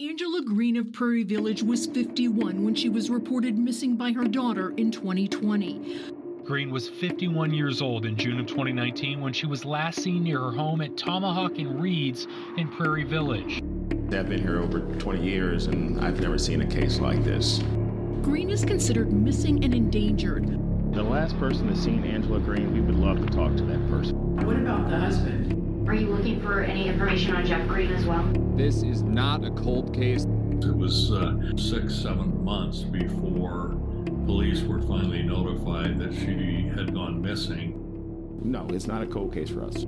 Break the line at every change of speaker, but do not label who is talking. Angela Green of Prairie Village was 51 when she was reported missing by her daughter in 2020.
Green was 51 years old in June of 2019 when she was last seen near her home at Tomahawk and Reeds in Prairie Village.
I've been here over 20 years and I've never seen a case like this.
Green is considered missing and endangered.
The last person that's seen Angela Green, we would love to talk to that person.
What about the husband?
Are you looking for any information on Jeff Green as well?
This is not a cold case.
It was uh, six, seven months before police were finally notified that she had gone missing.
No, it's not a cold case for us.